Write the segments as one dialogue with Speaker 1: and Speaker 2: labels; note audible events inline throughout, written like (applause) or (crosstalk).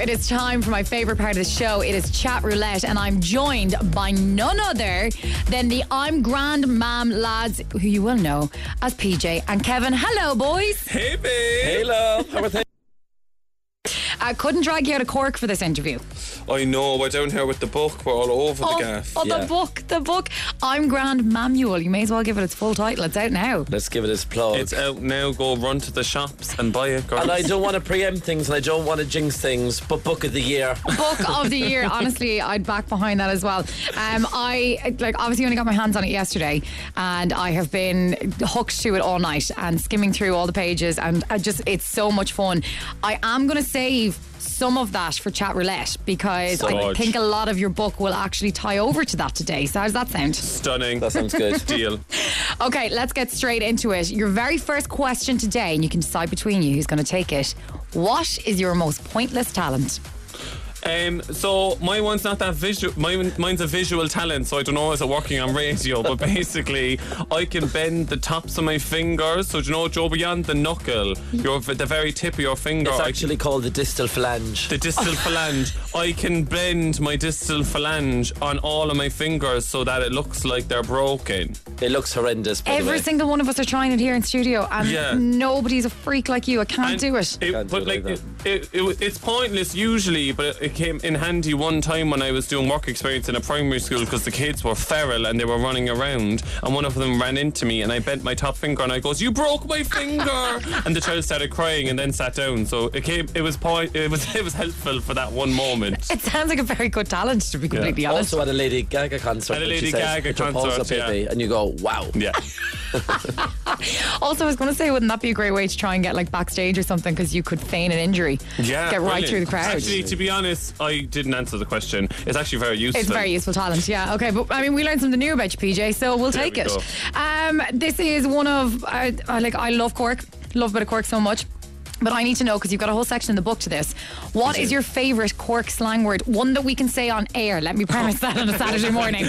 Speaker 1: it is time for my favorite part of the show. It is chat roulette, and I'm joined by none other than the I'm Grand Mam lads, who you will know as PJ and Kevin. Hello, boys.
Speaker 2: Hey, babe.
Speaker 3: Hey, love. How are things?
Speaker 1: I couldn't drag you out of Cork for this interview.
Speaker 2: I know. We're down here with the book. We're all over
Speaker 1: oh,
Speaker 2: the gaff.
Speaker 1: oh,
Speaker 3: yeah.
Speaker 1: the book, the book. I'm Grand Mamuel. You may as well give it its full title. It's out now.
Speaker 3: Let's give it its plug.
Speaker 2: It's out now. Go run to the shops and buy it, girl.
Speaker 3: and I don't want to preempt things and I don't want to jinx things, but book of the year.
Speaker 1: book of the year. Honestly, I'd back behind that as well. Um, I like obviously only got my hands on it yesterday, and I have been hooked to it all night and skimming through all the pages, and I just it's so much fun. I am going to save. Some of that for chat roulette because I
Speaker 2: Sarge.
Speaker 1: think a lot of your book will actually tie over to that today. So, how does that sound?
Speaker 2: Stunning.
Speaker 3: That sounds good.
Speaker 2: (laughs) Deal.
Speaker 1: Okay, let's get straight into it. Your very first question today, and you can decide between you who's going to take it. What is your most pointless talent?
Speaker 2: Um, so my one's not that visual. Mine, mine's a visual talent, so I don't know is it working on radio, but (laughs) basically I can bend the tops of my fingers. So do you know, Joe, beyond the knuckle, your the very tip of your finger.
Speaker 3: It's
Speaker 2: I-
Speaker 3: actually called the distal phalange.
Speaker 2: the distal phalange. I can bend my distal phalange on all of my fingers so that it looks like they're broken.
Speaker 3: It looks horrendous. By the
Speaker 1: Every
Speaker 3: way.
Speaker 1: single one of us are trying it here in studio, and
Speaker 2: Yeah.
Speaker 1: nobody's a freak like you. I can't
Speaker 2: And
Speaker 1: do it.
Speaker 3: Can't
Speaker 2: but
Speaker 3: do
Speaker 2: like,
Speaker 3: it like
Speaker 2: it, it, it- it's pointless usually, but it came in handy one time when I was doing work experience in a primary school because the kids were feral and they were running around, and one of them ran into me, and I bent my top finger, and I goes, "You broke my finger!" (laughs) and the child started crying and then sat down. So it came. It was point. It was (laughs) it was helpful for that one
Speaker 1: (laughs)
Speaker 2: moment.
Speaker 1: It sounds like a very good talent, to be completely honest.
Speaker 3: Also at a Lady Gaga concert.
Speaker 2: At a
Speaker 3: when she
Speaker 2: Lady
Speaker 3: says,
Speaker 2: Gaga
Speaker 3: "Put your paws
Speaker 2: concert,
Speaker 3: up, baby,"
Speaker 2: yeah.
Speaker 3: And you go,
Speaker 2: (laughs)
Speaker 3: wow.
Speaker 2: yeah.
Speaker 1: Also, I was going to say, wouldn't that be a great way to try and get like backstage or something because you could feign an injury,
Speaker 2: Yeah,
Speaker 1: get right
Speaker 2: brilliant.
Speaker 1: through the crowd.
Speaker 2: Actually, to be honest, I didn't answer the question. It's actually very useful.
Speaker 1: It's very useful talent, yeah. Okay, but I mean, we learned something new about you, PJ, so we'll
Speaker 2: There
Speaker 1: take
Speaker 2: we
Speaker 1: it.
Speaker 2: go.
Speaker 1: Um, this is one of, uh, uh, like, I love Cork, love a bit of Cork so much. But I need to know because you've got a whole section in the book to this. What is your favourite Cork slang word? One that we can say on air. Let me premise that on a Saturday
Speaker 2: (laughs)
Speaker 1: morning.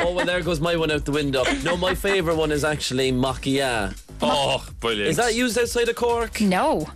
Speaker 3: oh, well, there goes my one out the window. No, my favourite one is actually Makia.
Speaker 2: Oh, brilliant!
Speaker 3: Is that used outside of Cork?
Speaker 1: No.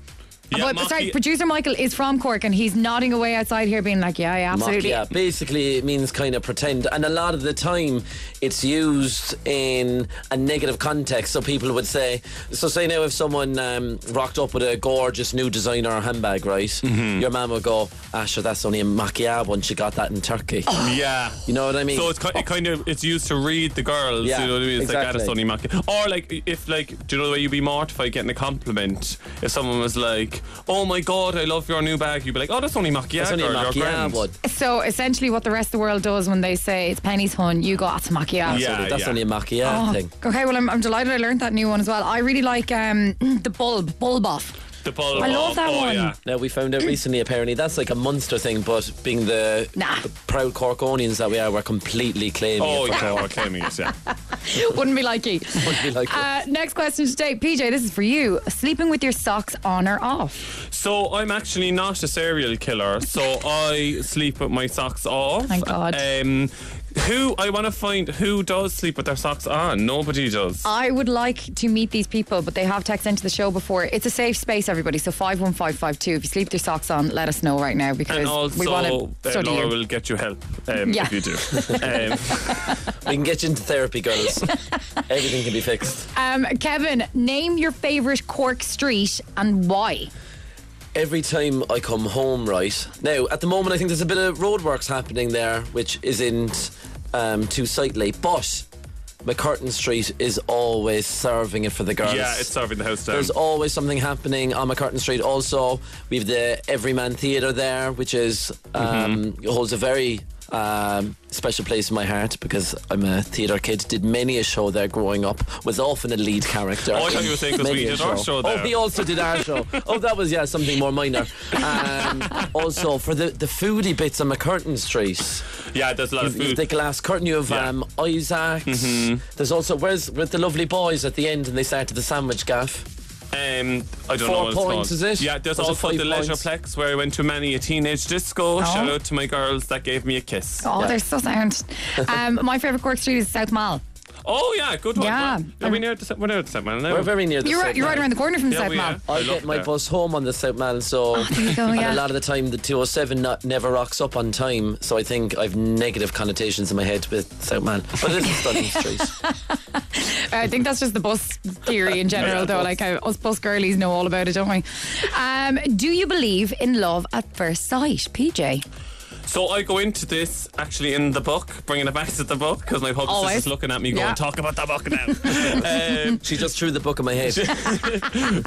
Speaker 2: Yeah,
Speaker 1: but,
Speaker 2: Maki-
Speaker 1: sorry, producer Michael is from Cork and he's nodding away outside here, being like, "Yeah, yeah, absolutely."
Speaker 3: Machia. Basically, it means kind of pretend, and a lot of the time, it's used in a negative context. So people would say, so say now if someone um, rocked up with a gorgeous new designer handbag, right?
Speaker 2: Mm-hmm.
Speaker 3: Your mum would go, Asher, that's only a Makia one. She got that in Turkey.
Speaker 1: Oh.
Speaker 2: Yeah.
Speaker 3: You know what I mean?
Speaker 2: So it's ki- it kind of it's used to reed the girls.
Speaker 3: Yeah,
Speaker 2: you know what I mean? It's like that is
Speaker 3: exactly.
Speaker 2: Sonny Mackey. Or like if like do you know the way you'd be mortified getting a compliment if someone was like, "Oh my god, I love your new bag," you'd be like, "Oh, that's only Mackey.
Speaker 3: That's only a
Speaker 2: girl, you're
Speaker 3: Makia
Speaker 2: grand."
Speaker 3: one.
Speaker 1: So essentially, what the rest of the world does when they say it's pennies hun, you go that's macchiato.
Speaker 2: Yeah,
Speaker 3: That's
Speaker 2: yeah.
Speaker 3: only a Makia
Speaker 1: Oh,
Speaker 3: thing.
Speaker 1: okay, well, I'm, I'm delighted I learned that new one as well. I really like um, (clears throat) the bulb, bulb off. (laughs)
Speaker 2: The bulb.
Speaker 1: I love
Speaker 2: of-
Speaker 1: that
Speaker 2: oh,
Speaker 1: one.
Speaker 3: (laughs)
Speaker 2: Yeah.
Speaker 3: Now we found out recently. Apparently, that's like a monster thing. But being the,
Speaker 1: Nah.
Speaker 3: the proud Corkonians that we are, we're completely claiming
Speaker 2: Oh
Speaker 3: it for
Speaker 2: yeah,
Speaker 3: Cork.
Speaker 2: we're claiming it. Yeah.
Speaker 1: Wouldn't be like you.
Speaker 3: (laughs) Wouldn't be like
Speaker 1: Uh, next question today, PJ. This is for you. Sleeping with your socks on or off?
Speaker 2: So I'm actually not a serial killer. So I sleep with my socks off.
Speaker 1: Thank God.
Speaker 2: Um, who I want to find who does sleep with their socks on? Nobody does.
Speaker 1: I would like to meet these people, but they have texted into the show before. It's a safe space, everybody. So five one five five two. If you sleep with your socks on, let us know right now because
Speaker 2: and also,
Speaker 1: we want to
Speaker 2: uh,
Speaker 1: study
Speaker 2: Laura
Speaker 1: you.
Speaker 2: will get you help um,
Speaker 1: Yeah.
Speaker 2: if
Speaker 3: (laughs)
Speaker 2: you do. Um,
Speaker 3: We can get you into therapy, girls. Everything can be fixed.
Speaker 1: Um, Kevin, name your favourite Cork street and why.
Speaker 3: Every time I come home, right now, at the moment, I think there's a bit of roadworks happening there, which isn't um, too sightly. But McCurtain Street is always serving it for the girls.
Speaker 2: Yeah, it's serving the house um, down.
Speaker 3: There's always something happening on McCartan Street. Also, we have the Everyman Theatre there, which is um,
Speaker 2: Mm-hmm.
Speaker 3: holds a very um, special place in my heart because I'm a theatre kid. Did many a show there growing up. Was often a lead character.
Speaker 2: Oh, I thought you were saying 'cause
Speaker 3: Many
Speaker 2: we
Speaker 3: a
Speaker 2: did our show there.
Speaker 3: Oh, we also did our show. Oh, that was yeah something more minor.
Speaker 2: (laughs)
Speaker 3: Um, also, for the the foodie bits on McCurtain Street.
Speaker 2: yeah, there's a lot of food.
Speaker 3: The glass curtain you have
Speaker 2: Yeah. Mm-hmm.
Speaker 3: um, Isaac's. There's also where's with the lovely boys at the end and they started the sandwich gaff.
Speaker 2: Um, I don't
Speaker 3: Four
Speaker 2: know what it's
Speaker 3: points,
Speaker 2: called.
Speaker 3: is it?
Speaker 2: Yeah, there's
Speaker 3: Or is it
Speaker 2: also
Speaker 3: five
Speaker 2: the
Speaker 3: points? Oh.
Speaker 2: Leisureplex where I went to many a teenage disco. Shout out to my girls that gave me a kiss.
Speaker 1: Oh,
Speaker 3: Yeah.
Speaker 1: they're so sound. Um, my favourite Cork street is South Mall.
Speaker 2: Oh yeah, good one.
Speaker 1: Yeah.
Speaker 2: Wow. Are we near the set? We're near the set, man.
Speaker 3: We're very near the
Speaker 1: You're,
Speaker 3: South
Speaker 1: right, you're right
Speaker 3: Mall.
Speaker 1: around the corner from
Speaker 2: Yeah,
Speaker 1: South
Speaker 2: we
Speaker 1: Mall.
Speaker 2: are.
Speaker 3: I
Speaker 2: I love
Speaker 3: get my
Speaker 2: that.
Speaker 3: bus home on the South Mall, so
Speaker 1: Oh, there you go,
Speaker 3: and
Speaker 1: yeah.
Speaker 3: a lot of the time the 207 not, never rocks up on time. So I think I've negative connotations in my head with South Mall,
Speaker 1: (laughs)
Speaker 3: but it is a stunning street.
Speaker 1: I think that's just the bus theory in general,
Speaker 2: Yeah,
Speaker 1: though.
Speaker 2: bus.
Speaker 1: Like I, us bus girlies know all about it, don't we? Um, do you believe in love at first sight, PJ?
Speaker 2: So I go into this actually in the book, bringing it back to the book because my publicist
Speaker 1: Always.
Speaker 2: is looking at me going,
Speaker 1: Yeah.
Speaker 2: "Talk about the book now." (laughs) um,
Speaker 3: She just threw the book in my head.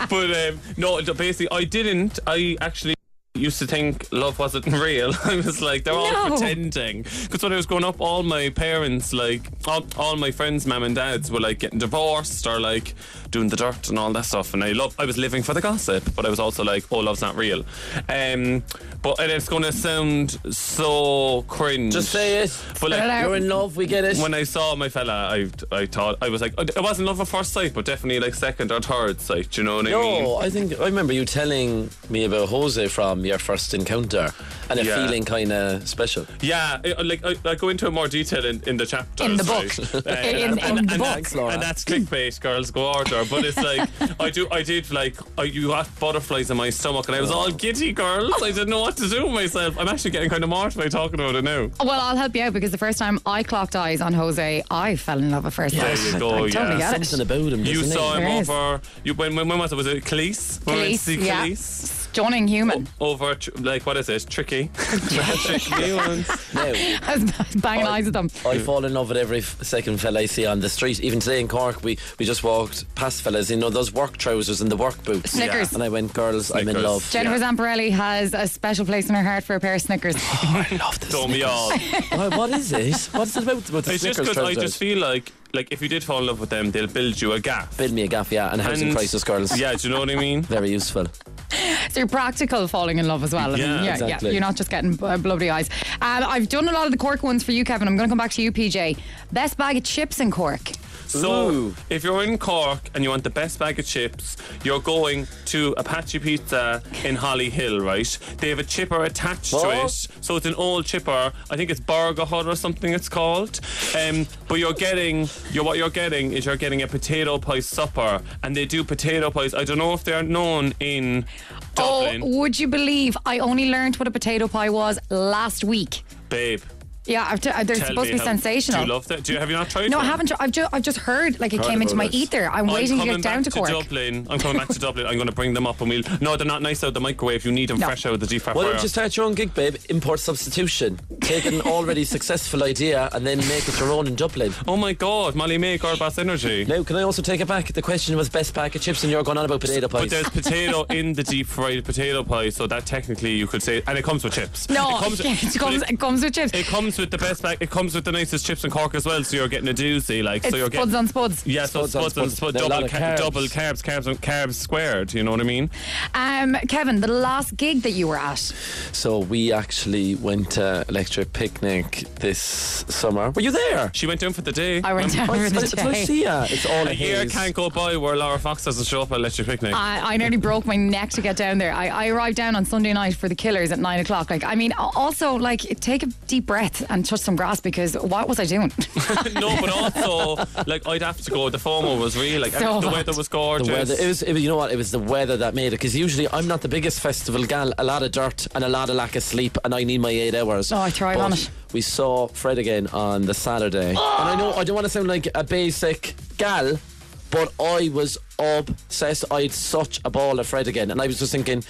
Speaker 2: but um, no, th- basically, I didn't. I actually used to think love wasn't (laughs) real. I was like, they're all
Speaker 1: No.
Speaker 2: pretending. Because when I was growing up, all my parents, like, all, all my friends' mum and dads were like getting divorced or like doing the dirt and all that stuff. And I love, I was living for the gossip, but I was also like, oh, love's not real. Um, but and it's going to sound so cringe.
Speaker 3: Just say
Speaker 2: (laughs)
Speaker 3: it.
Speaker 2: But like,
Speaker 1: it out.
Speaker 3: You're in love. We get it.
Speaker 2: when I saw my fella, I, I thought I was like, I wasn't love at first sight, but definitely like second or third sight. Do you know what I mean?
Speaker 3: No, I think I remember you telling me about Jose from your first encounter and it
Speaker 2: Yeah.
Speaker 3: feeling kind of special.
Speaker 2: Yeah, I, I- like I, I go into it more detail in, in the chapter
Speaker 1: In the
Speaker 2: sorry.
Speaker 1: book. (laughs) In-
Speaker 2: Uh, and-
Speaker 1: in
Speaker 2: and-
Speaker 1: the
Speaker 2: and
Speaker 1: book.
Speaker 2: that's-
Speaker 3: Laura.
Speaker 2: and that's clickbait, girls go order. But it's like I do, I did like I, you got butterflies in my stomach, and I was all giddy, girls. I didn't know what to do with myself. I'm actually getting kind of mortified talking about it now.
Speaker 1: Well, I'll help you out because the first time I clocked eyes on Jose, I fell in love at first sight.
Speaker 2: There you go,
Speaker 1: I totally
Speaker 2: yeah.
Speaker 1: get
Speaker 3: Something
Speaker 1: it.
Speaker 3: about him.
Speaker 2: You
Speaker 3: doesn't
Speaker 2: saw
Speaker 3: he?
Speaker 2: him
Speaker 1: There is.
Speaker 2: over. You, when, when when was it? Was it Cleese? When we went to see
Speaker 1: Khalees, yeah.
Speaker 2: Khalees?
Speaker 1: Stunning human. (laughs)
Speaker 2: Over tr- like what is it? Tricky. (laughs) Tricky ones.
Speaker 3: Now,
Speaker 1: I was banging eyes at them.
Speaker 3: I fall in love with every f- second fella I see on the street. Even today in Cork, we, we just walked past fellas, you know, those work trousers and the work boots.
Speaker 1: Snickers.
Speaker 3: And I went, girls, I'm in
Speaker 2: Snickers. (laughs)
Speaker 3: love.
Speaker 1: Jennifer Zamparelli has a special place in her heart for a pair of Snickers.
Speaker 2: Oh,
Speaker 3: I love this.
Speaker 2: Don't
Speaker 1: (laughs)
Speaker 2: we all?
Speaker 3: Why, what is it? What's it about, about the
Speaker 2: It's just
Speaker 3: Snickers
Speaker 2: because I
Speaker 3: trousers?
Speaker 2: just feel like like if you did fall in love with them, they'll build you a gap.
Speaker 3: Build me a gaff, yeah, and housing
Speaker 2: And-
Speaker 3: crisis, girls.
Speaker 2: Yeah, do you know what I
Speaker 3: (laughs)
Speaker 2: mean?
Speaker 3: Very useful.
Speaker 1: So you're practical falling in love as well. I mean,
Speaker 2: Yeah,
Speaker 1: yeah,
Speaker 3: exactly.
Speaker 1: yeah. You're not just getting uh, blubbery eyes. Um, I've done a lot of the Cork ones for you, Kevin. I'm going to come back to you, PJ. Best bag of chips in Cork.
Speaker 2: So,
Speaker 3: Ooh.
Speaker 2: if you're in Cork and you want the best bag of chips, you're going to Apache Pizza in Holly Hill, right? They have a chipper attached to
Speaker 3: Oh.
Speaker 2: it. So, it's an old chipper. I think it's Burger Hut or something it's called. Um, but you're getting, you're, what you're getting is you're getting a potato pie supper. And they do potato pies. I don't know if they're known in Dublin.
Speaker 1: Oh, would you believe I only learned what a potato pie was last week?
Speaker 2: Babe,
Speaker 1: Yeah, I've t- uh, they're
Speaker 2: tell
Speaker 1: supposed to
Speaker 2: me
Speaker 1: be
Speaker 2: how-
Speaker 1: sensational.
Speaker 2: Do you love that? Do you, have you not tried
Speaker 1: no, I
Speaker 2: one?
Speaker 1: haven't. tr- I've, ju- I've just heard like it
Speaker 3: Heard
Speaker 1: came into
Speaker 3: about
Speaker 1: my
Speaker 3: it.
Speaker 1: ether. I'm waiting to
Speaker 2: coming
Speaker 1: get down to
Speaker 2: back
Speaker 1: Cork.
Speaker 2: Dublin. I'm coming back to Dublin. I'm going to bring them up and we'll. No, they're not nice out of the microwave. You need them
Speaker 1: No.
Speaker 2: fresh out of the deep fryer.
Speaker 3: Why don't you start your own gig, babe? Import substitution. Take
Speaker 2: (laughs)
Speaker 3: an already successful idea and then make it your own in Dublin.
Speaker 2: oh my God, Molly May, Gorbass Energy.
Speaker 3: Now, can I also take it back? The question was best pack of chips, and you're going on about potato pies.
Speaker 2: But there's potato in the deep fried potato pie, so that technically you could say, and it comes with chips.
Speaker 1: (laughs) No,
Speaker 2: it
Speaker 1: (laughs)
Speaker 2: comes,
Speaker 1: it
Speaker 2: but
Speaker 1: comes,
Speaker 2: it-
Speaker 1: it comes with chips.
Speaker 2: it comes with the best bag. It comes with the nicest chips in Cork as well. So you're getting a doozy, like
Speaker 1: it's
Speaker 2: so you're
Speaker 1: spuds
Speaker 2: getting
Speaker 1: on spuds.
Speaker 2: yeah, so
Speaker 3: Spuds on
Speaker 2: spuds and
Speaker 3: spuds.
Speaker 2: spuds,
Speaker 3: There are a
Speaker 2: double,
Speaker 3: lot of
Speaker 2: ca-
Speaker 3: carbs.
Speaker 2: double carbs, carbs and carbs squared. You know what I mean?
Speaker 1: Um, Kevin, the last gig that you were at.
Speaker 3: so we actually went to Electric Picnic this summer. Were you there?
Speaker 2: She went down for the day.
Speaker 1: I went down
Speaker 3: Why-
Speaker 1: for the
Speaker 3: it's like
Speaker 1: day.
Speaker 3: see ya. It's all
Speaker 2: A year
Speaker 3: haze.
Speaker 2: can't go by where Laura Fox doesn't show up at Electric Picnic.
Speaker 1: I, I nearly broke my neck to get down there. I, I arrived down on Sunday night for the killers at nine o'clock. Like, I mean, al- also, like, take a deep breath and touch some grass because what was I doing? (laughs)
Speaker 2: (laughs) no, but also like I'd have to go. The formal was real. Like
Speaker 1: So
Speaker 2: the
Speaker 1: hot.
Speaker 2: weather was
Speaker 3: The
Speaker 2: gorgeous.
Speaker 3: weather. It was, it was. You know what? It was the weather that made it. Because usually I'm not the biggest festival gal. A lot of dirt and a lot of lack of sleep, and I need my eight hours.
Speaker 1: Oh, I thrive
Speaker 3: But
Speaker 1: on it.
Speaker 3: We saw Fred again on
Speaker 1: (gasps)
Speaker 3: the Saturday, and I know I don't want to sound like a basic gal, but I was obsessed. I had such a ball of Fred again, and I was just thinking,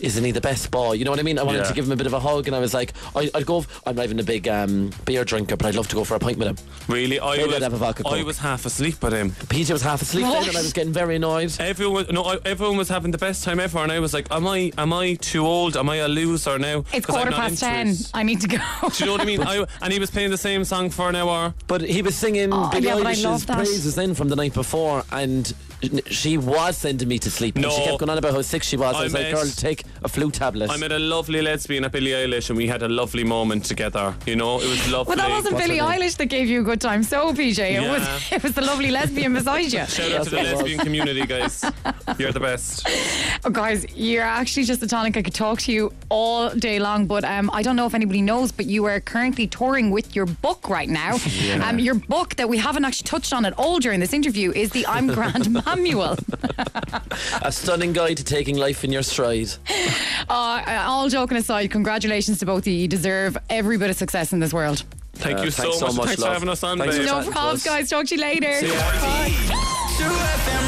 Speaker 3: isn't he the best boy? You know what I mean? I wanted
Speaker 2: Yeah.
Speaker 3: to give him a bit of a hug, and I was like, I, I'd go. f- I'm not even a big um, beer drinker, but I'd love to go for a pint with him.
Speaker 2: really, I
Speaker 3: Maybe
Speaker 2: was,
Speaker 3: I'd have a vodka
Speaker 2: I
Speaker 3: Coke.
Speaker 2: was half asleep with him.
Speaker 3: PJ was half asleep then,
Speaker 1: What?
Speaker 3: and I was getting very annoyed.
Speaker 2: Everyone, no, I, everyone was having the best time ever, and I was like, "Am I, am I too old? Am I a loser now?"
Speaker 1: it's
Speaker 2: 'Cause I'm
Speaker 1: quarter
Speaker 2: not
Speaker 1: past
Speaker 2: into
Speaker 1: ten.
Speaker 2: it.
Speaker 1: I need to
Speaker 2: (laughs)
Speaker 1: go.
Speaker 2: Do you know what I mean? I, and he was playing the same song for an hour.
Speaker 3: But he was singing
Speaker 1: Oh,
Speaker 3: Billie
Speaker 1: yeah, but I
Speaker 3: Eilish's
Speaker 1: love that.
Speaker 3: praises then from the night before, and she was sending me to sleep.
Speaker 2: No.
Speaker 3: She kept going on about how sick she was. I,
Speaker 2: I
Speaker 3: was like,
Speaker 2: met-
Speaker 3: girl, take a flu tablet.
Speaker 2: I met a lovely lesbian at Billie Eilish and we had a lovely moment together. You know, it was
Speaker 1: (laughs)
Speaker 2: lovely.
Speaker 1: Well, that wasn't
Speaker 3: What's her
Speaker 1: Billie
Speaker 3: name?
Speaker 1: Eilish that gave you a good time, so PJ. It,
Speaker 2: Yeah.
Speaker 1: was, (laughs) it was the lovely lesbian beside you.
Speaker 2: Shout out to the
Speaker 3: Yes, it was.
Speaker 2: lesbian community, guys. You're the best.
Speaker 1: Oh, guys, you're actually just a tonic. I could talk to you all day long, but um, I don't know if anybody knows, but you are currently touring with your book right
Speaker 2: (laughs)
Speaker 1: now. Um, your book that we haven't actually touched on at all during this interview is the I'm
Speaker 2: (laughs)
Speaker 1: Grand Manual.
Speaker 3: a stunning guide to taking life in your stride.
Speaker 1: Uh, all joking aside, congratulations to both of you. You deserve every bit of success in this world.
Speaker 2: Thank
Speaker 3: Uh,
Speaker 2: you so
Speaker 3: thanks so
Speaker 2: much.
Speaker 3: much,
Speaker 2: Thanks for
Speaker 3: love.
Speaker 2: having us on,
Speaker 3: Thanks
Speaker 2: babe.
Speaker 3: for
Speaker 1: No
Speaker 3: Chatting to
Speaker 1: problems,
Speaker 3: us.
Speaker 1: guys. Talk to you later.
Speaker 2: See ya.
Speaker 1: Bye.
Speaker 4: True FM